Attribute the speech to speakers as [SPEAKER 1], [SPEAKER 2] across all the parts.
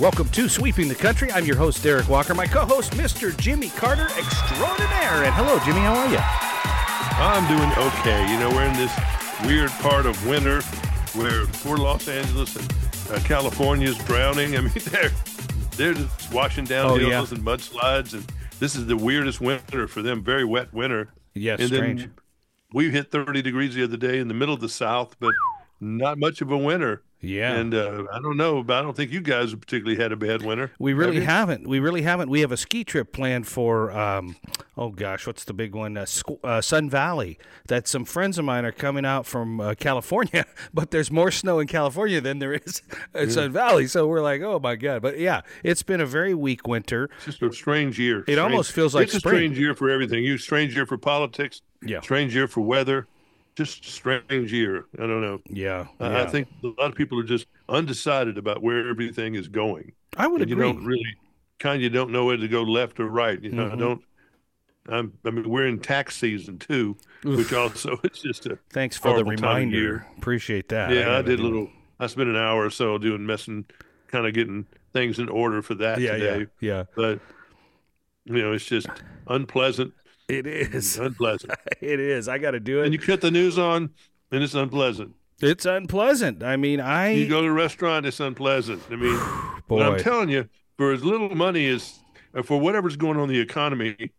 [SPEAKER 1] Welcome to Sweeping the Country. I'm your host, Derek Walker. My co host, Mr. Jimmy Carter Extraordinaire. And hello, Jimmy. How are you?
[SPEAKER 2] I'm doing okay. You know, we're in this weird part of winter where poor Los Angeles and uh, California's drowning. I mean, they're they're just washing down
[SPEAKER 1] Oh,
[SPEAKER 2] hills
[SPEAKER 1] yeah.
[SPEAKER 2] and mudslides, and this is the weirdest winter for them. Very wet winter.
[SPEAKER 1] Yes,
[SPEAKER 2] and
[SPEAKER 1] strange.
[SPEAKER 2] Then we hit 30 degrees the other day in the middle of the South, but not much of a winter.
[SPEAKER 1] Yeah.
[SPEAKER 2] And uh, I don't know, but I don't think you guys have particularly had a bad winter.
[SPEAKER 1] We
[SPEAKER 2] Have
[SPEAKER 1] really
[SPEAKER 2] you?
[SPEAKER 1] haven't. We really haven't. We have a ski trip planned for, um, oh gosh, what's the big one? Uh, Squ- uh, Sun Valley. That some friends of mine are coming out from uh, California, but there's more snow in California than there is in Sun Valley. So we're like, oh my God. But yeah, it's been a very weak winter.
[SPEAKER 2] It's just a strange year. Strange-
[SPEAKER 1] almost feels like
[SPEAKER 2] it's a
[SPEAKER 1] spring.
[SPEAKER 2] strange year for everything. You strange year for politics.
[SPEAKER 1] Yeah.
[SPEAKER 2] Strange year for weather. Just strange year. I don't know.
[SPEAKER 1] Yeah.
[SPEAKER 2] I- I
[SPEAKER 1] yeah.
[SPEAKER 2] think a lot of people are just undecided about where everything is going.
[SPEAKER 1] I would
[SPEAKER 2] And you
[SPEAKER 1] agree. Mm-hmm.
[SPEAKER 2] don't really kind of don't know whether to go left or right. You know, I don't. I'm. I mean, we're in tax season too, which also it's just a.
[SPEAKER 1] Thanks for the
[SPEAKER 2] horrible time of
[SPEAKER 1] reminder.
[SPEAKER 2] year.
[SPEAKER 1] Appreciate that.
[SPEAKER 2] Yeah, I,
[SPEAKER 1] haven't
[SPEAKER 2] did a
[SPEAKER 1] even-
[SPEAKER 2] little. I spent an hour or so doing messing, kind of getting things in order for that
[SPEAKER 1] Yeah,
[SPEAKER 2] today.
[SPEAKER 1] yeah, yeah.
[SPEAKER 2] But you know, it's just unpleasant.
[SPEAKER 1] It is.
[SPEAKER 2] unpleasant.
[SPEAKER 1] It is. I got to do
[SPEAKER 2] and
[SPEAKER 1] it.
[SPEAKER 2] you cut the news on, and it's unpleasant.
[SPEAKER 1] It's unpleasant. I mean, I
[SPEAKER 2] You go to a restaurant, it's unpleasant. I mean,
[SPEAKER 1] boy.
[SPEAKER 2] but I'm telling you, for as little money as uh, for whatever's going on in the economy,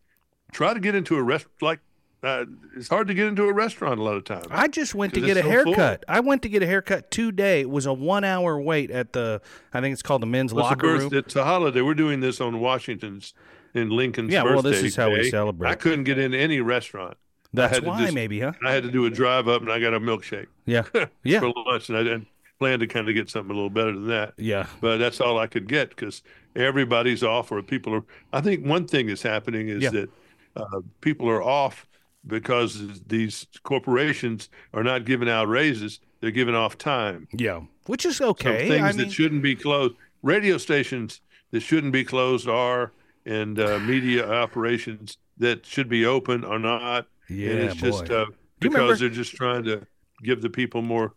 [SPEAKER 2] try to get into a rest like. Uh, it's hard to get into a restaurant a lot of times.
[SPEAKER 1] I just went to
[SPEAKER 2] 'Cause
[SPEAKER 1] get a
[SPEAKER 2] it's so full.
[SPEAKER 1] haircut. I went to get a haircut today. It was a one hour wait at the, I think it's called the men's
[SPEAKER 2] It's a,
[SPEAKER 1] locker room.
[SPEAKER 2] birth- it's a holiday. We're doing this on Washington's in Lincoln's
[SPEAKER 1] Yeah, well, this
[SPEAKER 2] birthday
[SPEAKER 1] is how we
[SPEAKER 2] day.
[SPEAKER 1] celebrate.
[SPEAKER 2] I couldn't get in any restaurant.
[SPEAKER 1] That's
[SPEAKER 2] had to
[SPEAKER 1] why,
[SPEAKER 2] just-
[SPEAKER 1] maybe, huh?
[SPEAKER 2] I had to do a drive up, and I got a milkshake
[SPEAKER 1] Yeah. yeah.
[SPEAKER 2] for lunch, and I didn't plan to kind of get something a little better than that.
[SPEAKER 1] Yeah.
[SPEAKER 2] but that's all I could get because everybody's off or people are. I think one thing that's happening is
[SPEAKER 1] Yeah.
[SPEAKER 2] that uh, people are off because these corporations are not giving out raises; they're giving off time.
[SPEAKER 1] Yeah. Which is
[SPEAKER 2] So
[SPEAKER 1] okay.
[SPEAKER 2] things
[SPEAKER 1] I
[SPEAKER 2] that
[SPEAKER 1] mean,
[SPEAKER 2] shouldn't be closed, radio stations that shouldn't be closed are, and uh, media operations that should be open are not.
[SPEAKER 1] yeah,
[SPEAKER 2] and it's
[SPEAKER 1] boy.
[SPEAKER 2] just uh,
[SPEAKER 1] you
[SPEAKER 2] because
[SPEAKER 1] remember-
[SPEAKER 2] they're just trying to give the people more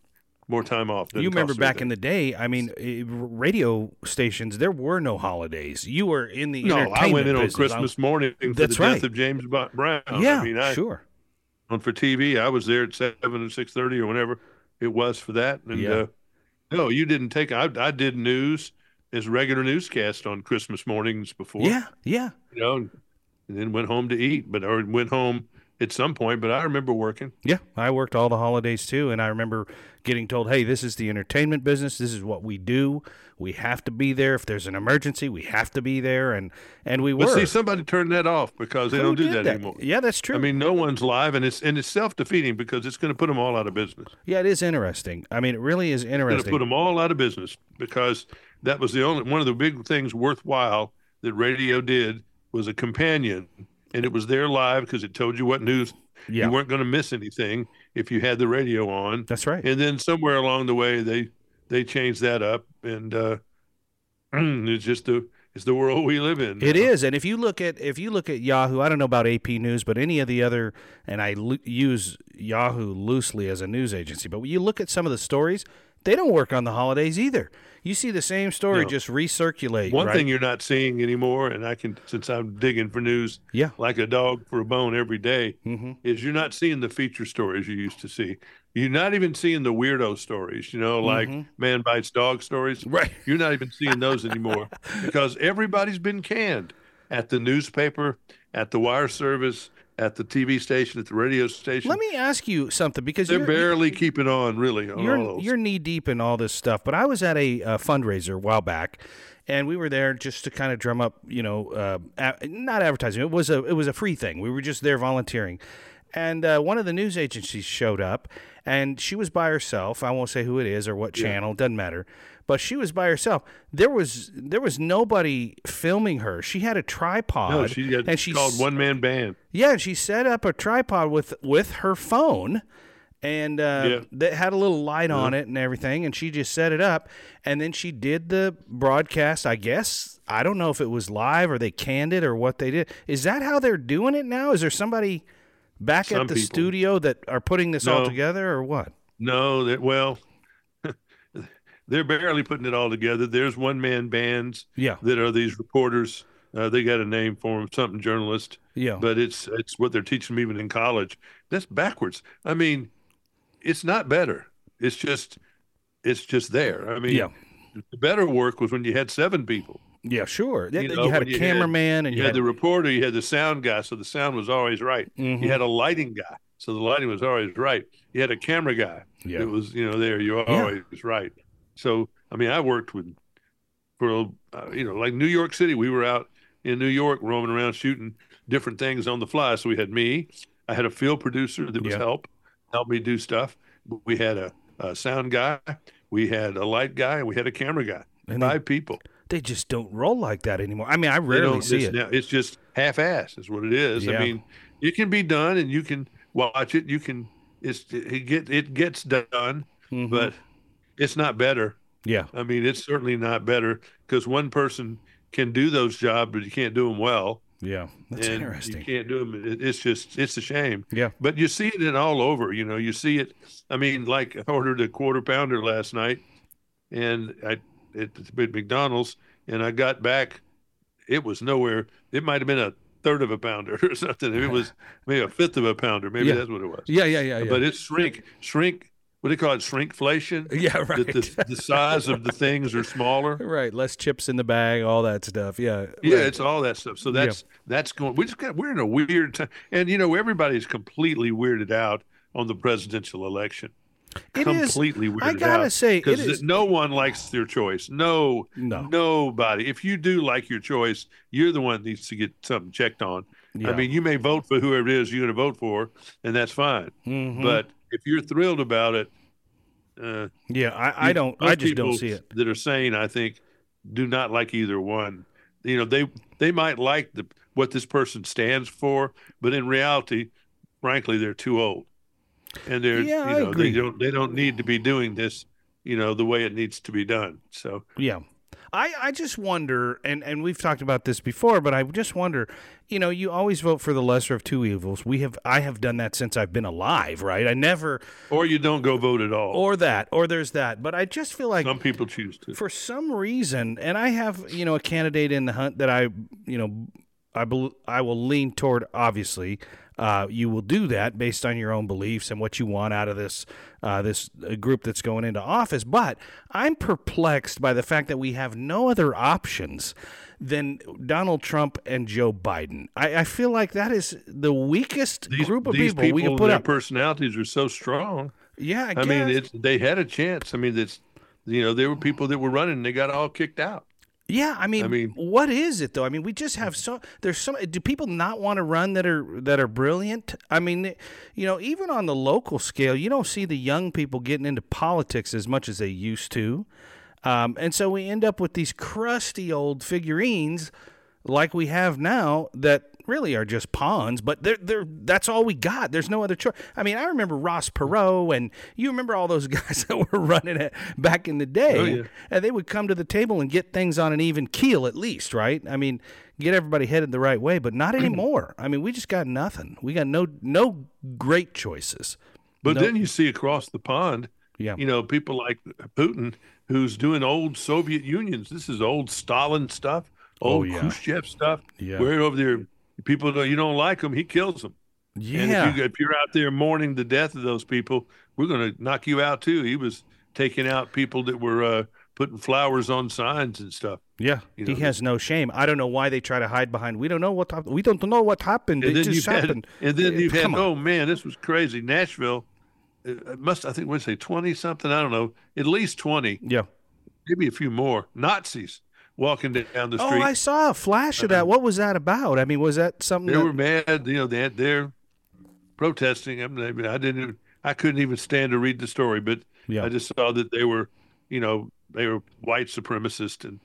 [SPEAKER 2] more time off.
[SPEAKER 1] you remember back in the day, I mean, eh, radio stations, there were no holidays. You were in the
[SPEAKER 2] No, I
[SPEAKER 1] entertainment
[SPEAKER 2] went in on
[SPEAKER 1] business.
[SPEAKER 2] Christmas morning for
[SPEAKER 1] That's
[SPEAKER 2] the
[SPEAKER 1] right.
[SPEAKER 2] death of James Bo- Brown.
[SPEAKER 1] yeah,
[SPEAKER 2] I mean, I,
[SPEAKER 1] sure.
[SPEAKER 2] on for TV, I was there at seven or six thirty or whenever it was for that. And
[SPEAKER 1] Yeah.
[SPEAKER 2] uh, no, you didn't take. I, I did news as regular newscast on Christmas mornings before.
[SPEAKER 1] Yeah, yeah.
[SPEAKER 2] you know, and then went home to eat, but or went home at some point. But I remember working.
[SPEAKER 1] Yeah, I worked all the holidays too, and I remember getting told, "Hey, this is the entertainment business. This is what we do. We have to be there. If there's an emergency, we have to be there." And and we
[SPEAKER 2] But
[SPEAKER 1] were.
[SPEAKER 2] see, somebody turned that off because they
[SPEAKER 1] Who
[SPEAKER 2] don't do
[SPEAKER 1] did
[SPEAKER 2] that, anymore.
[SPEAKER 1] Yeah, that's true.
[SPEAKER 2] I mean, no one's live, and it's and it's self defeating because it's going to put them all out of business.
[SPEAKER 1] yeah, it is interesting. I mean, it really is
[SPEAKER 2] going to put
[SPEAKER 1] interesting.
[SPEAKER 2] them all out of business because that was the only one of the big things worthwhile that radio did was a companion, and it was there live because it told you what news
[SPEAKER 1] Yeah.
[SPEAKER 2] you weren't going to miss anything if you had the radio on.
[SPEAKER 1] That's right.
[SPEAKER 2] And then somewhere along the way, they they changed that up, and uh, it's just the it's the world we live in.
[SPEAKER 1] It
[SPEAKER 2] now.
[SPEAKER 1] is, and if you look at if you look at Yahoo, I don't know about AP News, but any of the other, and I lo- use Yahoo loosely as a news agency, but when you look at some of the stories, they don't work on the holidays either. You see the same story
[SPEAKER 2] No.
[SPEAKER 1] just recirculate.
[SPEAKER 2] One
[SPEAKER 1] right?
[SPEAKER 2] thing you're not seeing anymore, and I can since I'm digging for news
[SPEAKER 1] Yeah.
[SPEAKER 2] like a dog for a bone every day,
[SPEAKER 1] hmm
[SPEAKER 2] is you're not seeing the feature stories you used to see. You're not even seeing the weirdo stories, you know, like man bites dog stories.
[SPEAKER 1] Mm-hmm. Right.
[SPEAKER 2] You're not even seeing those anymore because everybody's been canned at the newspaper, at the wire service, at the TV station, at the radio station.
[SPEAKER 1] Let me ask you something because
[SPEAKER 2] They're
[SPEAKER 1] you're,
[SPEAKER 2] barely keeping on, really, on all
[SPEAKER 1] you're,
[SPEAKER 2] those.
[SPEAKER 1] you're knee deep in all this stuff. But I was at a, uh fundraiser a while back, and we were there just to kind of drum up, you know, uh, a- not advertising. It was a it was a free thing. We were just there volunteering, and uh, one of the news agencies showed up, and she was by herself. I won't say who it is or what channel. Doesn't matter. But she was by herself. There was there was nobody filming her. She had a tripod,
[SPEAKER 2] no, she got
[SPEAKER 1] and she
[SPEAKER 2] called
[SPEAKER 1] s-
[SPEAKER 2] one man band.
[SPEAKER 1] yeah, and she set up a tripod with with her phone, and uh,
[SPEAKER 2] Yeah.
[SPEAKER 1] that had a little light on it and everything. And she just set it up, and then she did the broadcast. I guess I don't know if it was live or they canned it or what they did. Is that how they're doing it now? Is there somebody back
[SPEAKER 2] Some
[SPEAKER 1] at the
[SPEAKER 2] people.
[SPEAKER 1] studio that are putting this all
[SPEAKER 2] No.
[SPEAKER 1] together or what?
[SPEAKER 2] No, that well, they're barely putting it all together. There's one man bands
[SPEAKER 1] Yeah.
[SPEAKER 2] that are these reporters. Uh, they got a name for them, something journalist,
[SPEAKER 1] Yeah.
[SPEAKER 2] but it's it's what they're teaching them even in college. That's backwards. I mean, it's not better. It's just it's just there. I mean,
[SPEAKER 1] Yeah.
[SPEAKER 2] the better work was when you had seven people.
[SPEAKER 1] yeah. Sure. You,
[SPEAKER 2] You know,
[SPEAKER 1] had a
[SPEAKER 2] when you had-
[SPEAKER 1] cameraman and
[SPEAKER 2] You had the reporter, you had the sound guy, so the sound was always right.
[SPEAKER 1] Mhm.
[SPEAKER 2] You had a lighting guy, so the lighting was always right. You had a camera guy,
[SPEAKER 1] yeah.
[SPEAKER 2] it was you know there you're
[SPEAKER 1] Yeah.
[SPEAKER 2] always right so i mean i worked with for a- uh, you know like new york city we were out in new york roaming around shooting different things on the fly so we had me i had a field producer that was
[SPEAKER 1] Yeah.
[SPEAKER 2] help help me do stuff we had a, a sound guy we had a light guy and we had a camera guy
[SPEAKER 1] And they,
[SPEAKER 2] five people
[SPEAKER 1] they just don't roll like that anymore. I mean, I
[SPEAKER 2] They
[SPEAKER 1] rarely
[SPEAKER 2] don't-
[SPEAKER 1] see
[SPEAKER 2] it's,
[SPEAKER 1] it.
[SPEAKER 2] now- it's just half-ass is what it is
[SPEAKER 1] Yeah.
[SPEAKER 2] i mean it can be done and you can watch it you can it's it get it gets done
[SPEAKER 1] Mhm.
[SPEAKER 2] but it's not better.
[SPEAKER 1] yeah.
[SPEAKER 2] I mean, it's certainly not better because one person can do those jobs, but you can't do them well.
[SPEAKER 1] Yeah. That's
[SPEAKER 2] and
[SPEAKER 1] interesting.
[SPEAKER 2] You can't do them. It, it's just, it's a shame.
[SPEAKER 1] Yeah.
[SPEAKER 2] But you see it in all over. You know, you see it. I mean, like I ordered a quarter pounder last night, and I at, at McDonald's, and I got back. It was nowhere. It might have been a third of a pounder or something. It was maybe a fifth of a pounder. Maybe
[SPEAKER 1] Yeah.
[SPEAKER 2] that's what it was.
[SPEAKER 1] Yeah. Yeah. Yeah. yeah.
[SPEAKER 2] But it's shrink, shrink. What do they call it? Shrinkflation
[SPEAKER 1] yeah. Right.
[SPEAKER 2] that the, the size of the things are smaller.
[SPEAKER 1] right. Less chips in the bag. All that stuff. Yeah.
[SPEAKER 2] Yeah,
[SPEAKER 1] Right.
[SPEAKER 2] it's all that stuff. So
[SPEAKER 1] Yeah.
[SPEAKER 2] that's that's going. We just got we're in a weird time, and you know everybody's completely weirded out on the presidential election.
[SPEAKER 1] It is-
[SPEAKER 2] completely weirded
[SPEAKER 1] I gotta
[SPEAKER 2] out
[SPEAKER 1] say, it
[SPEAKER 2] because
[SPEAKER 1] is.
[SPEAKER 2] no one likes their choice. No,
[SPEAKER 1] No.
[SPEAKER 2] nobody. If you do like your choice, you're the one that needs to get something checked on.
[SPEAKER 1] Yeah.
[SPEAKER 2] I mean, you may vote for whoever it is you're going to vote for, and that's fine.
[SPEAKER 1] Mhm.
[SPEAKER 2] But if you're thrilled about it, uh,
[SPEAKER 1] yeah, I, I
[SPEAKER 2] you-
[SPEAKER 1] don't.
[SPEAKER 2] most
[SPEAKER 1] I just don't
[SPEAKER 2] people
[SPEAKER 1] see it.
[SPEAKER 2] That are sane, I think, do not like either one. You know, they they might like the what this person stands for, but in reality, frankly, they're too old, and they're
[SPEAKER 1] Yeah, I
[SPEAKER 2] you know
[SPEAKER 1] agree.
[SPEAKER 2] they don't they don't need to be doing this. You know, the way it needs to be done. So
[SPEAKER 1] Yeah. I, I just wonder, and, and we've talked about this before, but I just wonder, you know, you always vote for the lesser of two evils. We have I have done that since I've been alive, right? I never
[SPEAKER 2] or you don't go vote at all.
[SPEAKER 1] or that or there's that, but I just feel like
[SPEAKER 2] Some people choose to.
[SPEAKER 1] for some reason, and I have you know a candidate in the hunt that I you know I bel I will lean toward. Obviously, uh, you will do that based on your own beliefs and what you want out of this uh, this uh, group that's going into office. But I'm perplexed by the fact that we have no other options than Donald Trump and Joe Biden. I, I feel like that is the weakest
[SPEAKER 2] These,
[SPEAKER 1] group of
[SPEAKER 2] these
[SPEAKER 1] people, we can put
[SPEAKER 2] their
[SPEAKER 1] up.
[SPEAKER 2] personalities are so strong.
[SPEAKER 1] yeah, I,
[SPEAKER 2] I
[SPEAKER 1] guess.
[SPEAKER 2] mean, it's they had a chance. I mean, it's you know there were people that were running, and they got all kicked out.
[SPEAKER 1] Yeah, I mean,
[SPEAKER 2] I mean-
[SPEAKER 1] what is it though? I mean, we just have so there's so do people not want to run that are that are brilliant? I mean, you know, even on the local scale, you don't see the young people getting into politics as much as they used to, um, and so we end up with these crusty old figurines like we have now that really are just pawns. But they're they're that's all we got. There's no other choice. I mean, I remember Ross Perot, and you remember all those guys that were running it back in the day
[SPEAKER 2] Oh, yeah.
[SPEAKER 1] and they would come to the table and get things on an even keel at least, right? I mean, get everybody headed the right way, but not anymore. I mean, we just got nothing. We got no no great choices.
[SPEAKER 2] But then you see across the pond,
[SPEAKER 1] Yeah.
[SPEAKER 2] you know, people like Putin who's doing old Soviet unions. This is old Stalin stuff,
[SPEAKER 1] Oh,
[SPEAKER 2] old
[SPEAKER 1] yeah.
[SPEAKER 2] Khrushchev stuff.
[SPEAKER 1] Yeah.
[SPEAKER 2] We're over there. People don't, you don't like him, he kills them. And
[SPEAKER 1] Yeah.
[SPEAKER 2] if, you, if you're out there mourning the death of those people, we're going to knock you out too. He was taking out people that were uh, putting flowers on signs and stuff.
[SPEAKER 1] yeah.
[SPEAKER 2] you know,
[SPEAKER 1] he has no shame. I don't know why they try to hide behind. We don't know what happened. We don't know what happened.
[SPEAKER 2] And
[SPEAKER 1] it
[SPEAKER 2] then you've
[SPEAKER 1] just
[SPEAKER 2] had,
[SPEAKER 1] happened.
[SPEAKER 2] and then
[SPEAKER 1] Uh,
[SPEAKER 2] you've had,
[SPEAKER 1] come on.
[SPEAKER 2] oh man, this was crazy. Nashville, uh, it must I think what say twenty something? I don't know, at least twenty.
[SPEAKER 1] Yeah.
[SPEAKER 2] maybe a few more Nazis walking down the
[SPEAKER 1] Oh,
[SPEAKER 2] street.
[SPEAKER 1] I saw a flash of that. What was that about? I mean, was that something?
[SPEAKER 2] they
[SPEAKER 1] that-
[SPEAKER 2] were mad, you know. They had, they're protesting. I, mean, I didn't, even- I couldn't even stand to read the story, but
[SPEAKER 1] Yeah.
[SPEAKER 2] I just saw that they were, you know, they were white supremacist and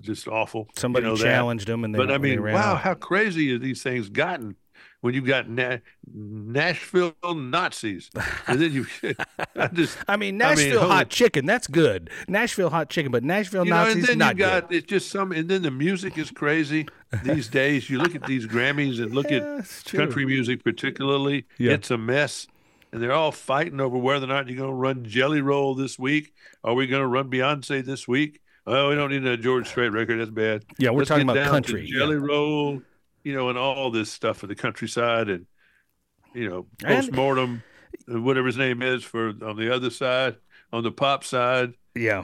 [SPEAKER 2] just awful. you
[SPEAKER 1] somebody
[SPEAKER 2] know, that.
[SPEAKER 1] challenged him, and they,
[SPEAKER 2] But I
[SPEAKER 1] they
[SPEAKER 2] mean,
[SPEAKER 1] ran
[SPEAKER 2] wow,
[SPEAKER 1] out.
[SPEAKER 2] how crazy are these things gotten when you've got Na- Nashville Nazis, and then you, I just
[SPEAKER 1] I mean,
[SPEAKER 2] I mean,
[SPEAKER 1] Nashville
[SPEAKER 2] holy-
[SPEAKER 1] hot chicken. That's good. Nashville hot chicken, but Nashville
[SPEAKER 2] you
[SPEAKER 1] Nazis
[SPEAKER 2] know, and then
[SPEAKER 1] not
[SPEAKER 2] you
[SPEAKER 1] good.
[SPEAKER 2] got it's just some, and then the music is crazy these days. You look at these Grammys and look
[SPEAKER 1] Yeah,
[SPEAKER 2] at
[SPEAKER 1] it's true.
[SPEAKER 2] country music, particularly,
[SPEAKER 1] Yeah.
[SPEAKER 2] it's a mess. and they're all fighting over whether or not you're going to run Jelly Roll this week. Are we going to run Beyonce this week? Oh, we don't need a George Strait record. That's bad.
[SPEAKER 1] Yeah, we're
[SPEAKER 2] Let's
[SPEAKER 1] talking
[SPEAKER 2] get
[SPEAKER 1] about
[SPEAKER 2] down to
[SPEAKER 1] country.
[SPEAKER 2] Jelly Roll, you know, and all this stuff of the countryside and, you know,
[SPEAKER 1] And-
[SPEAKER 2] postmortem, uh, whatever his name is for on the other side, on the pop side,
[SPEAKER 1] Yeah,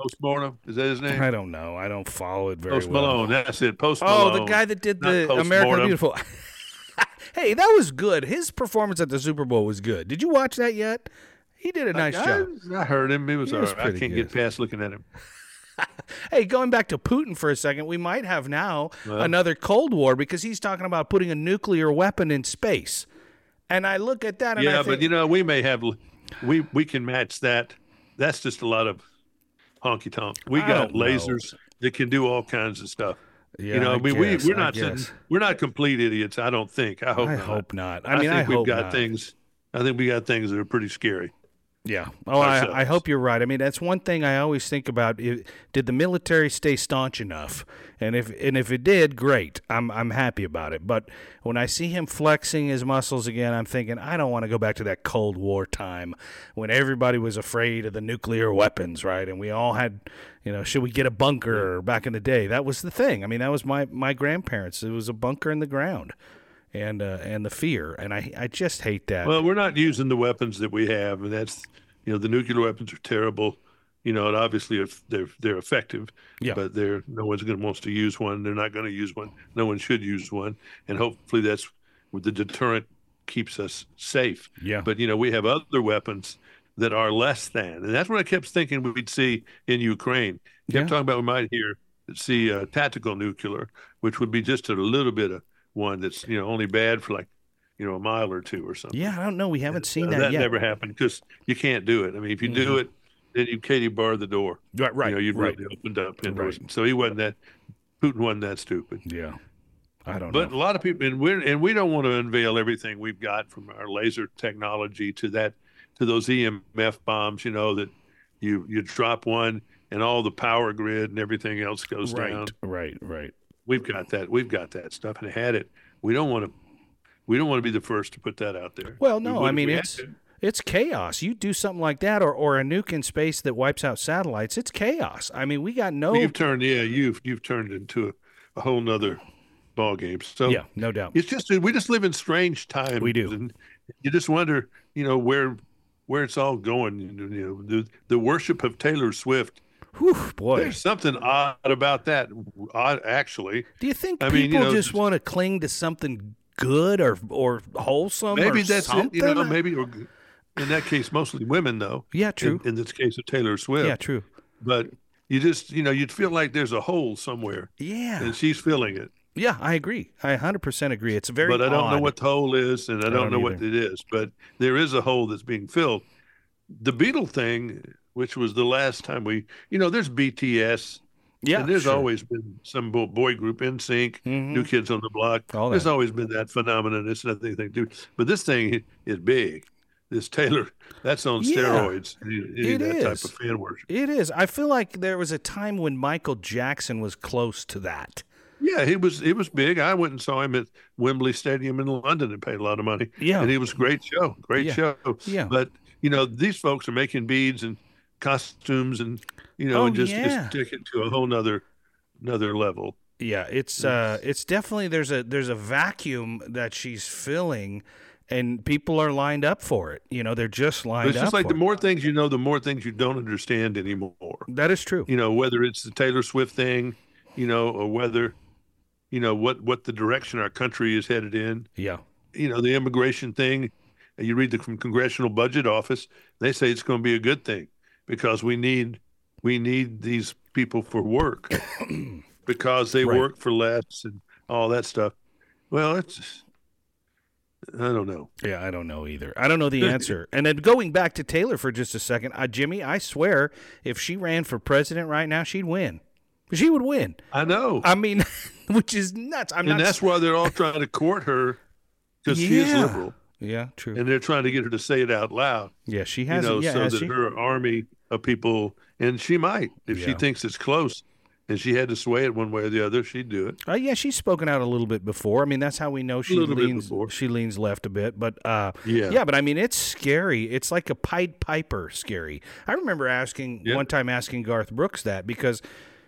[SPEAKER 2] postmortem. Is that his name?
[SPEAKER 1] I don't know. I don't follow it very
[SPEAKER 2] Post
[SPEAKER 1] well.
[SPEAKER 2] Malone. That's it. Post
[SPEAKER 1] Oh,
[SPEAKER 2] Malone.
[SPEAKER 1] the guy that did
[SPEAKER 2] Not
[SPEAKER 1] the
[SPEAKER 2] Post
[SPEAKER 1] American
[SPEAKER 2] Mortem.
[SPEAKER 1] Beautiful. hey, that was good. His performance at the Super Bowl was good. Did you watch that yet? He did a nice
[SPEAKER 2] I,
[SPEAKER 1] job.
[SPEAKER 2] I heard him. He was,
[SPEAKER 1] He
[SPEAKER 2] all
[SPEAKER 1] was
[SPEAKER 2] right. I
[SPEAKER 1] pretty
[SPEAKER 2] can't
[SPEAKER 1] good.
[SPEAKER 2] get past looking at him.
[SPEAKER 1] Hey, going back to Putin for a second, we might have now
[SPEAKER 2] Well.
[SPEAKER 1] another Cold War because he's talking about putting a nuclear weapon in space. And I look at that and I
[SPEAKER 2] yeah,
[SPEAKER 1] think,
[SPEAKER 2] but you know, we may have we we can match that. That's just a lot of honky tonk. We
[SPEAKER 1] I
[SPEAKER 2] got
[SPEAKER 1] don't know.
[SPEAKER 2] lasers that can do all kinds of stuff.
[SPEAKER 1] yeah,
[SPEAKER 2] you know, I, mean, we
[SPEAKER 1] guess,
[SPEAKER 2] we're
[SPEAKER 1] I
[SPEAKER 2] not sitting-
[SPEAKER 1] guess.
[SPEAKER 2] we're not complete idiots. I don't think. I hope.
[SPEAKER 1] I
[SPEAKER 2] not.
[SPEAKER 1] hope not. I mean,
[SPEAKER 2] think
[SPEAKER 1] I,
[SPEAKER 2] we've
[SPEAKER 1] hope
[SPEAKER 2] got
[SPEAKER 1] not.
[SPEAKER 2] things. I think we got things that are pretty scary.
[SPEAKER 1] Yeah. Oh, I, I
[SPEAKER 2] ourselves.
[SPEAKER 1] hope you're right. I mean, that's one thing I always think about. i- Did the military stay staunch enough? And if and if it did, great. I'm I'm happy about it. But when I see him flexing his muscles again, I'm thinking I don't want to go back to that Cold War time when everybody was afraid of the nuclear weapons, right? And we all had, you know, should we get a bunker back in the day? That was the thing. I mean, that was my my grandparents. It was a bunker in the ground. And, uh, and the fear and I, I just hate that.
[SPEAKER 2] Well, we're not using the weapons that we have, and that's you know the nuclear weapons are terrible. You know, and obviously if they're they're effective,
[SPEAKER 1] Yeah.
[SPEAKER 2] but they're no one's going to wants to use one. They're not going to use one. No one should use one, and hopefully that's what the deterrent keeps us safe.
[SPEAKER 1] yeah.
[SPEAKER 2] But you know, we have other weapons that are less than, and that's what I kept thinking we'd see in Ukraine.
[SPEAKER 1] Yeah.
[SPEAKER 2] Kept talking about we might hear see uh, tactical nuclear, which would be just a little bit of one that's you know only bad for like you know a mile or two or something.
[SPEAKER 1] yeah, I don't know. We haven't seen
[SPEAKER 2] Uh,
[SPEAKER 1] that, yet.
[SPEAKER 2] never happened because you can't do it. I mean, if you do it, then you Katie bar the door.
[SPEAKER 1] Right, right,
[SPEAKER 2] You know, you've
[SPEAKER 1] right.
[SPEAKER 2] really opened up. And
[SPEAKER 1] Right.
[SPEAKER 2] So he wasn't that. Putin wasn't that stupid.
[SPEAKER 1] Yeah, I don't
[SPEAKER 2] But
[SPEAKER 1] know.
[SPEAKER 2] a lot of people, and we're and we don't want to unveil everything we've got from our laser technology to that to those EMF bombs. You know that you you drop one and all the power grid and everything else goes
[SPEAKER 1] Right,
[SPEAKER 2] down.
[SPEAKER 1] right, right.
[SPEAKER 2] We've got that. We've got that stuff and had it. We don't want to. We don't want to be the first to put that out there.
[SPEAKER 1] Well,
[SPEAKER 2] We
[SPEAKER 1] no,
[SPEAKER 2] would
[SPEAKER 1] I
[SPEAKER 2] if
[SPEAKER 1] mean
[SPEAKER 2] we had
[SPEAKER 1] it's
[SPEAKER 2] to.
[SPEAKER 1] it's chaos. You do something like that, or or a nuke in space that wipes out satellites. It's chaos. I mean, we got no.
[SPEAKER 2] Well, you've turned yeah you've you've turned into a, a whole nother ball game so
[SPEAKER 1] yeah, no doubt.
[SPEAKER 2] it's just we just live in strange times
[SPEAKER 1] We do.
[SPEAKER 2] and you just wonder you know where where it's all going you know, you know the, the worship of taylor swift
[SPEAKER 1] Whew, boy,
[SPEAKER 2] there's something odd about that odd actually
[SPEAKER 1] do you think
[SPEAKER 2] I
[SPEAKER 1] people
[SPEAKER 2] mean, you know,
[SPEAKER 1] just
[SPEAKER 2] just-
[SPEAKER 1] want to cling to something good or or wholesome?
[SPEAKER 2] maybe
[SPEAKER 1] or
[SPEAKER 2] that's
[SPEAKER 1] something?
[SPEAKER 2] it you know maybe or, in that case mostly women though
[SPEAKER 1] Yeah, true.
[SPEAKER 2] in, in this case of taylor swift
[SPEAKER 1] yeah, true.
[SPEAKER 2] but you just you know you'd feel like there's a hole somewhere
[SPEAKER 1] Yeah,
[SPEAKER 2] and she's feeling it
[SPEAKER 1] yeah. I agree. I hundred percent agree. It's very.
[SPEAKER 2] but I don't know
[SPEAKER 1] odd.
[SPEAKER 2] what the hole is, and I
[SPEAKER 1] don't
[SPEAKER 2] don't, know what it is. But there is a hole that's being filled. The Beatle thing, which was the last time we, you know, there's BTS,
[SPEAKER 1] Yeah,
[SPEAKER 2] and there's
[SPEAKER 1] sure.
[SPEAKER 2] always been some bo- boy group in sync,
[SPEAKER 1] Mhm.
[SPEAKER 2] New Kids on the Block.
[SPEAKER 1] All
[SPEAKER 2] There's
[SPEAKER 1] that.
[SPEAKER 2] always been that phenomenon. It's nothing to do, but this thing is big. This Taylor, that's on
[SPEAKER 1] Yeah.
[SPEAKER 2] steroids. Any, any
[SPEAKER 1] It
[SPEAKER 2] of that
[SPEAKER 1] is.
[SPEAKER 2] type of fan worship.
[SPEAKER 1] It is. I feel like there was a time when Michael Jackson was close to that.
[SPEAKER 2] Yeah, he was he was big. I went and saw him at Wembley Stadium in London and paid a lot of money.
[SPEAKER 1] Yeah.
[SPEAKER 2] and he was a great show, great
[SPEAKER 1] Yeah.
[SPEAKER 2] show.
[SPEAKER 1] Yeah.
[SPEAKER 2] but you know these folks are making beads and costumes and you know
[SPEAKER 1] Oh,
[SPEAKER 2] and just,
[SPEAKER 1] yeah.
[SPEAKER 2] just take it to a whole nother another level.
[SPEAKER 1] Yeah, it's uh it's definitely there's a there's a vacuum that she's filling and people are lined up for it. You know, they're just
[SPEAKER 2] But
[SPEAKER 1] lined
[SPEAKER 2] it's just
[SPEAKER 1] up
[SPEAKER 2] like
[SPEAKER 1] for
[SPEAKER 2] the
[SPEAKER 1] it.
[SPEAKER 2] more things you know, the more things you don't understand anymore.
[SPEAKER 1] That is true.
[SPEAKER 2] You know whether it's the Taylor Swift thing, you know, or whether you know what what the direction our country is headed in.
[SPEAKER 1] Yeah.
[SPEAKER 2] you know the immigration thing you read the con- congressional budget office they say it's going to be a good thing because we need we need these people for work because they
[SPEAKER 1] Right.
[SPEAKER 2] work for less and all that stuff well it's i don't know
[SPEAKER 1] Yeah, I don't know either. I don't know the answer. And then going back to Taylor for just a second, uh, Jimmy, I swear if she ran for president right now, she'd win. She would win.
[SPEAKER 2] i know
[SPEAKER 1] I mean, which is nuts. I'm not
[SPEAKER 2] and that's why they're all trying to court her because she is
[SPEAKER 1] Yeah.
[SPEAKER 2] liberal
[SPEAKER 1] Yeah, true.
[SPEAKER 2] and they're trying to get her to say it out loud
[SPEAKER 1] yeah, she
[SPEAKER 2] you
[SPEAKER 1] hasn't
[SPEAKER 2] know
[SPEAKER 1] yeah,
[SPEAKER 2] so
[SPEAKER 1] has
[SPEAKER 2] that
[SPEAKER 1] she?
[SPEAKER 2] her army of people and she might if she
[SPEAKER 1] Yeah.
[SPEAKER 2] thinks it's close and she had to sway it one way or the other, she'd do it.
[SPEAKER 1] Uh, yeah, she's spoken out a little bit before. I mean, that's how we know she
[SPEAKER 2] little bit
[SPEAKER 1] leans.
[SPEAKER 2] before.
[SPEAKER 1] She leans left a bit, but uh,
[SPEAKER 2] Yeah.
[SPEAKER 1] But I mean, it's scary. It's like a Pied Piper scary. I remember asking
[SPEAKER 2] Yeah.
[SPEAKER 1] one time asking Garth Brooks that because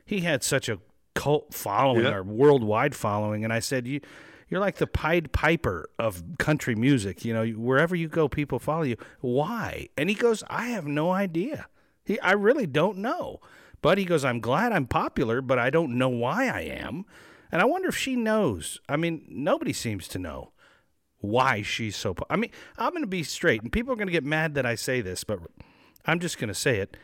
[SPEAKER 1] he had such a cult following
[SPEAKER 2] Yeah.
[SPEAKER 1] or worldwide following, and I said you. You're like the Pied Piper of country music. You know, You- wherever you go, people follow you. Why? And he goes, I have no idea. He, I really don't know. But he goes, I'm glad I'm popular, but I don't know why I am. And I wonder if she knows. I mean, nobody seems to know why she's so. Po- I mean, I'm going to be straight, and people are going to get mad that I say this, but I'm just going to say it.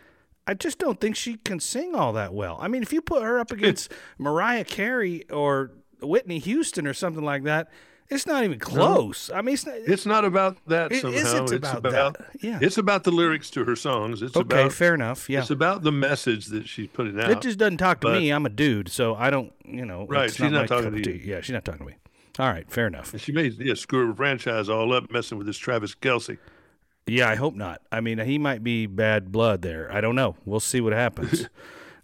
[SPEAKER 1] I just don't think she can sing all that well. I mean, if you put her up against Mariah Carey or Whitney Houston or something like that, it's not even close. I mean, it's not.
[SPEAKER 2] It's not about that
[SPEAKER 1] It
[SPEAKER 2] somehow.
[SPEAKER 1] isn't
[SPEAKER 2] it's
[SPEAKER 1] about that. Yeah.
[SPEAKER 2] It's about the lyrics to her songs. It's
[SPEAKER 1] okay,
[SPEAKER 2] about
[SPEAKER 1] fair enough. Yeah.
[SPEAKER 2] it's about the message that she's putting out.
[SPEAKER 1] It just doesn't talk to
[SPEAKER 2] But-
[SPEAKER 1] me. I'm a dude, so I don't, you know.
[SPEAKER 2] Right,
[SPEAKER 1] it's
[SPEAKER 2] she's not
[SPEAKER 1] my
[SPEAKER 2] talking
[SPEAKER 1] cup
[SPEAKER 2] to
[SPEAKER 1] of
[SPEAKER 2] you.
[SPEAKER 1] tea. Yeah, she's not talking to me. All right, fair enough.
[SPEAKER 2] she made yeah, screw her franchise all up messing with this Travis Kelsey.
[SPEAKER 1] Yeah, I hope not. I mean, he might be bad blood there. I don't know. We'll see what happens.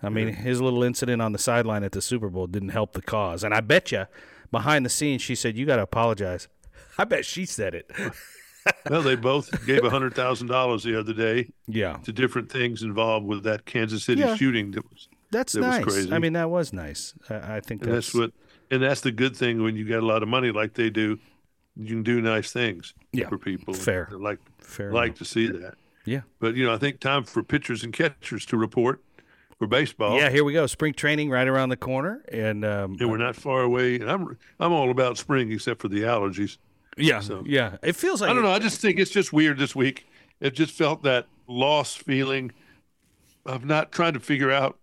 [SPEAKER 1] I mean, his little incident on the sideline at the Super Bowl didn't help the cause. And I bet you, behind the scenes, she said, You got to apologize. I bet she said it.
[SPEAKER 2] Well, they both gave hundred thousand dollars the other day
[SPEAKER 1] yeah.
[SPEAKER 2] to different things involved with that Kansas City
[SPEAKER 1] Yeah.
[SPEAKER 2] shooting. That was,
[SPEAKER 1] That's
[SPEAKER 2] That was
[SPEAKER 1] nice. I
[SPEAKER 2] crazy.
[SPEAKER 1] mean, that was nice. I, I think
[SPEAKER 2] and
[SPEAKER 1] that's,
[SPEAKER 2] that's what, and that's the good thing when you got a lot of money like they do, you can do nice things
[SPEAKER 1] Yeah,
[SPEAKER 2] for people.
[SPEAKER 1] fair.
[SPEAKER 2] They like
[SPEAKER 1] fair.
[SPEAKER 2] like
[SPEAKER 1] enough.
[SPEAKER 2] to see that.
[SPEAKER 1] Yeah.
[SPEAKER 2] But you know, I think time for pitchers and catchers to report for baseball.
[SPEAKER 1] Yeah, here we go. Spring training right around the corner. And, um,
[SPEAKER 2] and we're not far away. And I'm I'm all about spring except for the allergies.
[SPEAKER 1] yeah,
[SPEAKER 2] so-
[SPEAKER 1] yeah. It feels like
[SPEAKER 2] I don't know. I just think it's just weird this week. It just felt that loss feeling of not trying to figure out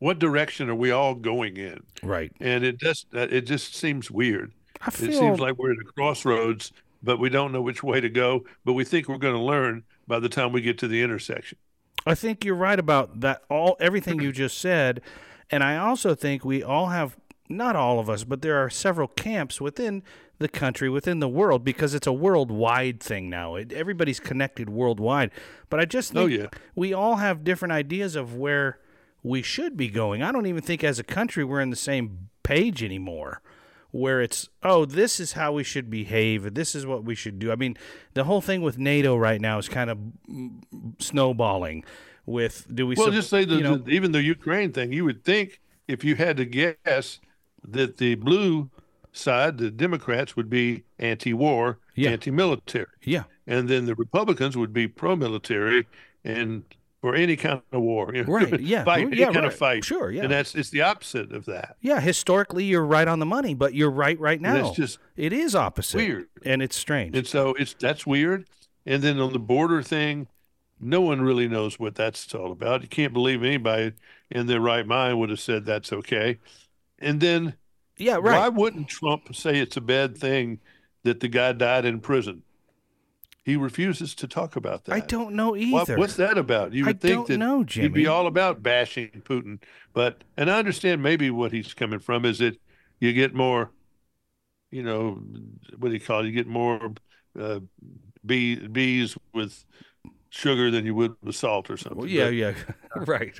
[SPEAKER 2] what direction are we all going in,
[SPEAKER 1] Right.
[SPEAKER 2] and it just it just seems weird.
[SPEAKER 1] I feel
[SPEAKER 2] It seems like we're at a crossroads, but we don't know which way to go. But we think we're going to learn by the time we get to the intersection.
[SPEAKER 1] I think you're right about that all everything you just said and I also think we all have not all of us but there are several camps within the country within the world because it's a worldwide thing now it, everybody's connected worldwide but I just think
[SPEAKER 2] Oh, yeah.
[SPEAKER 1] we all have different ideas of where we should be going I don't even think as a country we're in the same page anymore where it's oh this is how we should behave this is what we should do i mean the whole thing with nato right now is kind of mm, snowballing with do we
[SPEAKER 2] Well,
[SPEAKER 1] sup-
[SPEAKER 2] just say the,
[SPEAKER 1] you know,
[SPEAKER 2] the- even the Ukraine thing. You would think if you had to guess that the blue side, the Democrats, would be anti-war,
[SPEAKER 1] Yeah.
[SPEAKER 2] anti-military,
[SPEAKER 1] yeah
[SPEAKER 2] and then the Republicans would be pro-military and for any kind of war, you know,
[SPEAKER 1] Right, yeah,
[SPEAKER 2] fight, any
[SPEAKER 1] yeah,
[SPEAKER 2] kind
[SPEAKER 1] right.
[SPEAKER 2] of fight.
[SPEAKER 1] Sure, yeah.
[SPEAKER 2] And that's it's the opposite of that.
[SPEAKER 1] yeah historically you're right on the money but you're right right now
[SPEAKER 2] And it's just
[SPEAKER 1] it is opposite
[SPEAKER 2] weird.
[SPEAKER 1] and it's strange
[SPEAKER 2] And so it's that's weird. And then on the border thing, no one really knows what that's all about. You can't believe anybody in their right mind would have said that's okay. And then
[SPEAKER 1] yeah Uh, right
[SPEAKER 2] why wouldn't Trump say it's a bad thing that the guy died in prison? He refuses to talk about that.
[SPEAKER 1] i don't know
[SPEAKER 2] Why-
[SPEAKER 1] either
[SPEAKER 2] what's that about? You
[SPEAKER 1] I
[SPEAKER 2] would think
[SPEAKER 1] don't
[SPEAKER 2] that
[SPEAKER 1] know,
[SPEAKER 2] you'd be
[SPEAKER 1] Jimmy.
[SPEAKER 2] all about bashing Putin, but and I understand maybe what he's coming from is that you get more, you know, what do you call it? You get more uh, bee, bees with sugar than you would with salt or something.
[SPEAKER 1] Well, yeah
[SPEAKER 2] But-
[SPEAKER 1] yeah right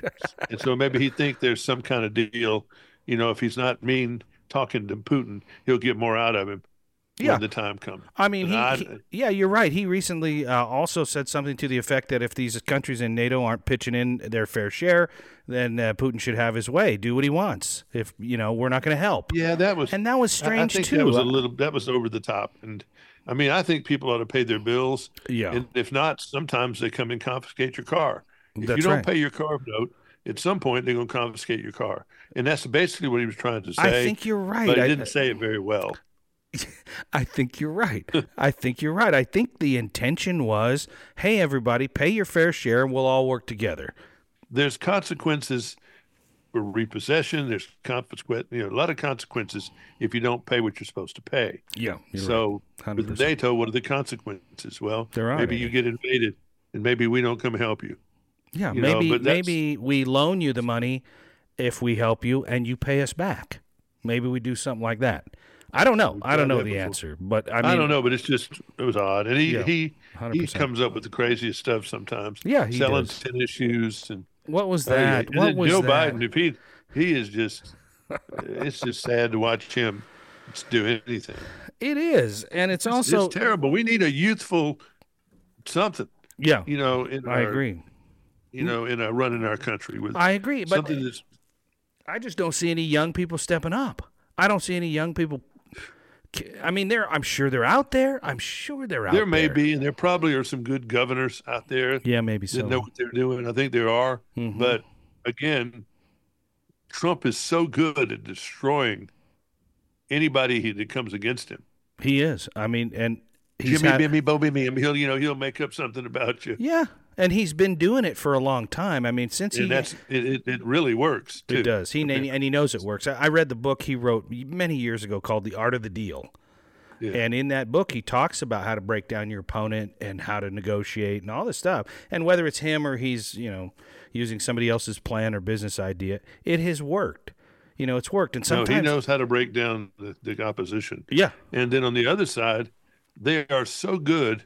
[SPEAKER 2] and so maybe he think there's some kind of deal. You know, if he's not mean talking to Putin, he'll get more out of him
[SPEAKER 1] Yeah.
[SPEAKER 2] when the time comes.
[SPEAKER 1] I mean,
[SPEAKER 2] And
[SPEAKER 1] he,
[SPEAKER 2] I-
[SPEAKER 1] he- yeah, you're right. He recently uh, also said something to the effect that if these countries in NATO aren't pitching in their fair share, then uh, Putin should have his way, do what he wants. If you know, we're not going to help.
[SPEAKER 2] Yeah, that was
[SPEAKER 1] And that was
[SPEAKER 2] I-
[SPEAKER 1] strange
[SPEAKER 2] I think
[SPEAKER 1] too. uh
[SPEAKER 2] That was a little that was over the top, and I mean, I think people ought to pay their bills,
[SPEAKER 1] yeah,
[SPEAKER 2] and if not, sometimes they come and confiscate your car. If
[SPEAKER 1] That's
[SPEAKER 2] you don't
[SPEAKER 1] right.
[SPEAKER 2] pay your car note, at some point they're going to confiscate your car, and that's basically what he was trying to say.
[SPEAKER 1] I think you're right.
[SPEAKER 2] but he
[SPEAKER 1] I,
[SPEAKER 2] didn't say it very well.
[SPEAKER 1] I think you're right. I think you're right. I think the intention was, hey, everybody, pay your fair share, and we'll all work together.
[SPEAKER 2] There's consequences for repossession. There's consequence, you know, a lot of consequences if you don't pay what you're supposed to pay.
[SPEAKER 1] Yeah. you're right.
[SPEAKER 2] so with
[SPEAKER 1] 100%.
[SPEAKER 2] NATO, what are the consequences? Well,
[SPEAKER 1] There aren't
[SPEAKER 2] maybe
[SPEAKER 1] any.
[SPEAKER 2] you get invaded, and maybe we don't come help you.
[SPEAKER 1] yeah,
[SPEAKER 2] you know,
[SPEAKER 1] maybe
[SPEAKER 2] but that's-
[SPEAKER 1] maybe we loan you the money if we help you, and you pay us back. Maybe we do something like that. I don't know. I
[SPEAKER 2] tried
[SPEAKER 1] don't know
[SPEAKER 2] that
[SPEAKER 1] the
[SPEAKER 2] before.
[SPEAKER 1] answer, but I mean,
[SPEAKER 2] I don't know, but it's just it was odd, and he
[SPEAKER 1] Yeah,
[SPEAKER 2] he he
[SPEAKER 1] 100%.
[SPEAKER 2] comes up with the craziest stuff sometimes.
[SPEAKER 1] Yeah, he
[SPEAKER 2] selling
[SPEAKER 1] does.
[SPEAKER 2] tennis shoes and
[SPEAKER 1] What was
[SPEAKER 2] Oh, yeah.
[SPEAKER 1] that?
[SPEAKER 2] And
[SPEAKER 1] What
[SPEAKER 2] then
[SPEAKER 1] was
[SPEAKER 2] Joe
[SPEAKER 1] that?
[SPEAKER 2] Biden? If he he is just it's just sad to watch him do anything.
[SPEAKER 1] It is, and it's also
[SPEAKER 2] it's terrible. We need a youthful something.
[SPEAKER 1] yeah.
[SPEAKER 2] You know, in
[SPEAKER 1] I
[SPEAKER 2] our,
[SPEAKER 1] agree.
[SPEAKER 2] You know, in our running our country with
[SPEAKER 1] I agree, but
[SPEAKER 2] something that's
[SPEAKER 1] I just don't see any young people stepping up. I don't see any young people. I mean, they're. I'm sure they're out there. I'm sure they're out
[SPEAKER 2] there may be, and there probably are some good governors out there
[SPEAKER 1] Yeah, maybe so.
[SPEAKER 2] that know what they're doing. I think there are,
[SPEAKER 1] Mhm.
[SPEAKER 2] but again, Trump is so good at destroying anybody he, that comes against him.
[SPEAKER 1] he is. I mean, and he's
[SPEAKER 2] Jimmy,
[SPEAKER 1] had-
[SPEAKER 2] Bimmy, Bo, Bimmy, and he'll you know he'll make up something about you,
[SPEAKER 1] yeah, and he's been doing it for a long time. I mean, since
[SPEAKER 2] and
[SPEAKER 1] he
[SPEAKER 2] that's it. It, it really works. Too.
[SPEAKER 1] It does. He and, and he knows it works. I, I read the book he wrote many years ago called The Art of the Deal.
[SPEAKER 2] Yeah.
[SPEAKER 1] And in that book, he talks about how to break down your opponent and how to negotiate and all this stuff. And whether it's him or he's, you know, using somebody else's plan or business idea, it has worked. You know, it's worked. And
[SPEAKER 2] No,
[SPEAKER 1] sometimes,
[SPEAKER 2] he knows how to break down the, the opposition.
[SPEAKER 1] yeah,
[SPEAKER 2] And then on the other side, they are so good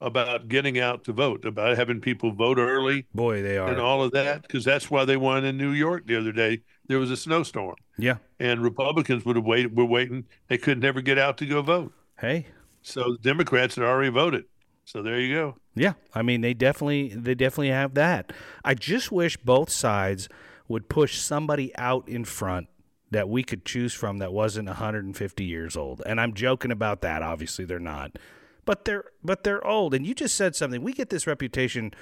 [SPEAKER 2] about getting out to vote, about having people vote early
[SPEAKER 1] boy, they
[SPEAKER 2] and
[SPEAKER 1] are.
[SPEAKER 2] all of that, because that's why they won in New York the other day. There was a snowstorm,
[SPEAKER 1] Yeah.
[SPEAKER 2] and Republicans would have waited, were waiting. They could never get out to go vote.
[SPEAKER 1] Hey,
[SPEAKER 2] So the Democrats had already voted. So there you go.
[SPEAKER 1] Yeah, I mean they definitely they definitely have that. I just wish both sides would push somebody out in front that we could choose from that wasn't 150 years old. And I'm joking about that. Obviously they're not, but they're but they're old. And you just said something. We get this reputation,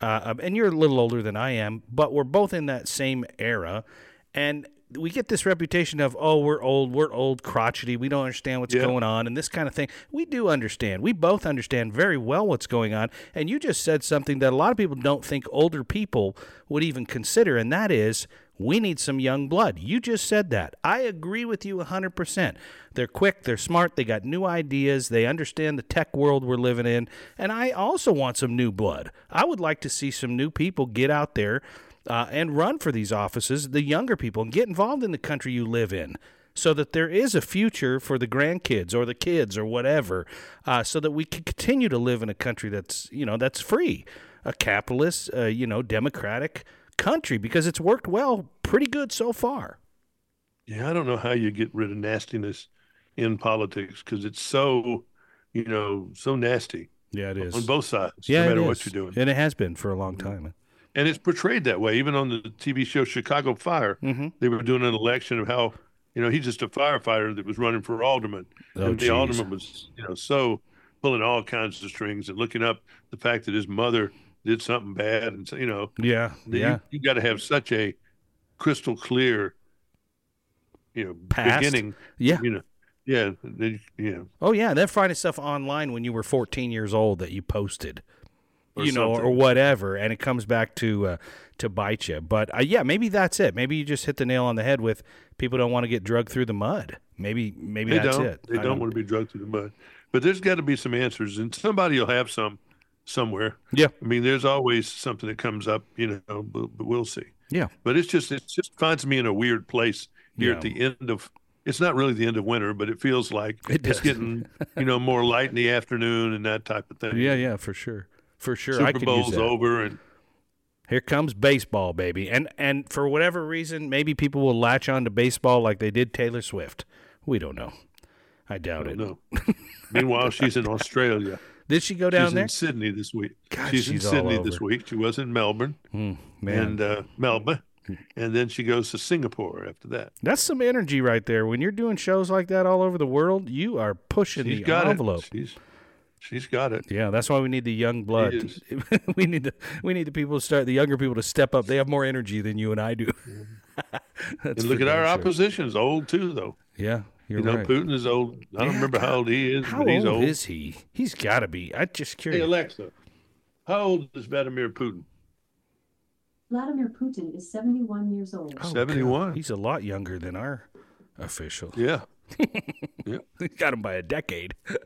[SPEAKER 1] uh, um, and you're a little older than I am, but we're both in that same era, and we get this reputation of oh we're old we're old crotchety we don't understand what's
[SPEAKER 2] Yeah.
[SPEAKER 1] going on and this kind of thing we do understand we both understand very well what's going on and you just said something that a lot of people don't think older people would even consider and that is we need some young blood you just said that i agree with you 100% they're quick they're smart they got new ideas they understand the tech world we're living in and i also want some new blood i would like to see some new people get out there uh, and run for these offices, the younger people, and get involved in the country you live in so that there is a future for the grandkids or the kids or whatever, uh, so that we can continue to live in a country that's, you know, that's free, a capitalist, uh, you know, democratic country because it's worked well pretty good so far.
[SPEAKER 2] Yeah, I don't know how you get rid of nastiness in politics because it's so, you know, so nasty
[SPEAKER 1] Yeah, it is.
[SPEAKER 2] on both sides,
[SPEAKER 1] yeah,
[SPEAKER 2] no
[SPEAKER 1] it
[SPEAKER 2] matter what
[SPEAKER 1] is.
[SPEAKER 2] you're doing.
[SPEAKER 1] And it has been for a long time.
[SPEAKER 2] and it's portrayed that way. Even on the TV show Chicago Fire,
[SPEAKER 1] Mm-hmm.
[SPEAKER 2] they were doing an election of how you know he's just a firefighter that was running for alderman,
[SPEAKER 1] Oh,
[SPEAKER 2] and the
[SPEAKER 1] geez.
[SPEAKER 2] alderman was you know so pulling all kinds of strings and looking up the fact that his mother did something bad, and so, you know
[SPEAKER 1] Yeah,
[SPEAKER 2] that
[SPEAKER 1] yeah.
[SPEAKER 2] you, you got to have such a crystal clear, you know,
[SPEAKER 1] Past.
[SPEAKER 2] beginning,
[SPEAKER 1] Yeah.
[SPEAKER 2] you know, yeah, then you- you know,
[SPEAKER 1] Oh yeah, they're finding stuff online when you were 14 years old that you posted,
[SPEAKER 2] Or
[SPEAKER 1] you know, or
[SPEAKER 2] something.
[SPEAKER 1] whatever, and it comes back to uh, to bite you. But uh, yeah, maybe that's it. Maybe you just hit the nail on the head with people don't want to get drugged through the mud. Maybe maybe
[SPEAKER 2] They
[SPEAKER 1] that's
[SPEAKER 2] don't.
[SPEAKER 1] it.
[SPEAKER 2] They
[SPEAKER 1] I
[SPEAKER 2] don't, want to be drugged through the mud. But there's got to be some answers, and somebody will have some somewhere.
[SPEAKER 1] Yeah.
[SPEAKER 2] I mean, there's always something that comes up, you know. But, but we'll see.
[SPEAKER 1] Yeah.
[SPEAKER 2] But it's just it just finds me in a weird place here
[SPEAKER 1] Yeah.
[SPEAKER 2] at the end of. It's not really the end of winter, but it feels like
[SPEAKER 1] It does.
[SPEAKER 2] it's getting you know more light in the afternoon and that type of thing.
[SPEAKER 1] Yeah, yeah, for sure, for sure. I
[SPEAKER 2] Super
[SPEAKER 1] could use
[SPEAKER 2] Bowl's
[SPEAKER 1] that.
[SPEAKER 2] over, and
[SPEAKER 1] Here comes baseball, baby, and and for whatever reason, maybe people will latch on to baseball like they did Taylor Swift. We don't know. I doubt
[SPEAKER 2] I
[SPEAKER 1] it.
[SPEAKER 2] don't know. Meanwhile, she's in Australia.
[SPEAKER 1] Did she go
[SPEAKER 2] She's
[SPEAKER 1] down
[SPEAKER 2] in
[SPEAKER 1] there?
[SPEAKER 2] Sydney this week.
[SPEAKER 1] God,
[SPEAKER 2] she's,
[SPEAKER 1] she's
[SPEAKER 2] in
[SPEAKER 1] all
[SPEAKER 2] Sydney this
[SPEAKER 1] over. Hmm,
[SPEAKER 2] week. She was in Melbourne.
[SPEAKER 1] Man,
[SPEAKER 2] and uh, Melbourne, and then she goes to Singapore after that.
[SPEAKER 1] That's some energy right there. When you're doing shows like that all over the world, you are pushing
[SPEAKER 2] She's
[SPEAKER 1] the
[SPEAKER 2] got
[SPEAKER 1] envelope.
[SPEAKER 2] it. She's she's got it.
[SPEAKER 1] Yeah, that's why we need the young blood.
[SPEAKER 2] is.
[SPEAKER 1] we need the we need the people to start the younger people to step up. They have more energy than you and I do. That's
[SPEAKER 2] and look
[SPEAKER 1] for
[SPEAKER 2] at our
[SPEAKER 1] damn sure.
[SPEAKER 2] opposition's old too, though.
[SPEAKER 1] Yeah, you're
[SPEAKER 2] You know,
[SPEAKER 1] right.
[SPEAKER 2] Putin is old. I don't
[SPEAKER 1] Yeah,
[SPEAKER 2] remember how old he is,
[SPEAKER 1] How
[SPEAKER 2] but he's
[SPEAKER 1] old,
[SPEAKER 2] old.
[SPEAKER 1] is he? He's got to be. I'm just
[SPEAKER 2] Hey
[SPEAKER 1] curious.
[SPEAKER 2] Alexa, how old is Vladimir Putin?
[SPEAKER 3] Vladimir Putin is 71 years old.
[SPEAKER 1] Oh, God.
[SPEAKER 2] 71.
[SPEAKER 1] He's a lot younger than our official.
[SPEAKER 2] Yeah,
[SPEAKER 1] He got him by a decade.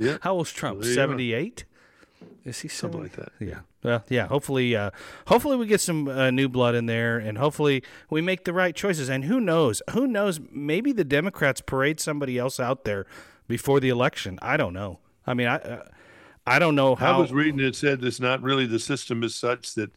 [SPEAKER 2] Yeah.
[SPEAKER 1] How old's Trump?
[SPEAKER 2] There you are.
[SPEAKER 1] Seventy eight. Is he
[SPEAKER 2] something
[SPEAKER 1] 70?
[SPEAKER 2] like that.
[SPEAKER 1] Yeah. Well, yeah. Hopefully, uh, hopefully we get some uh, new blood in there, and hopefully we make the right choices. And who knows? Who knows? Maybe the Democrats parade somebody else out there before the election. I don't know. I mean, I, uh, I don't know
[SPEAKER 2] I
[SPEAKER 1] how.
[SPEAKER 2] was reading it said it's not really the system is such that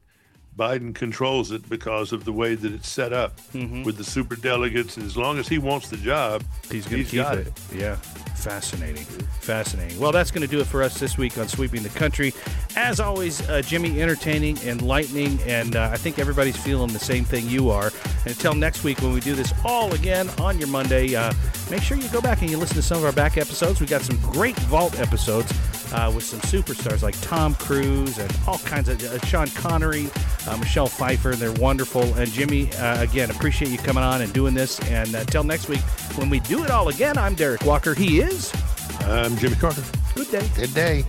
[SPEAKER 2] Biden controls it because of the way that it's set up
[SPEAKER 1] Mhm.
[SPEAKER 2] with the super delegates. And as long as he wants the job,
[SPEAKER 1] He's going to keep
[SPEAKER 2] got
[SPEAKER 1] it. Yeah. Fascinating. Fascinating. Well, that's going to do it for us this week on Sweeping the Country. As always, uh, Jimmy, entertaining, enlightening, and uh, I think everybody's feeling the same thing you are. Until next week, when we do this all again on your Monday, uh, make sure you go back and you listen to some of our back episodes. we got some great vault episodes uh, with some superstars like Tom Cruise and all kinds of uh, Sean Connery, uh, Michelle Pfeiffer. They're wonderful. And Jimmy, uh, again, appreciate you coming on and doing this. And until next week, when we do it all again, I'm Derek Walker. He is.
[SPEAKER 2] I'm Jimmy Carter.
[SPEAKER 1] Good day.
[SPEAKER 4] Good day.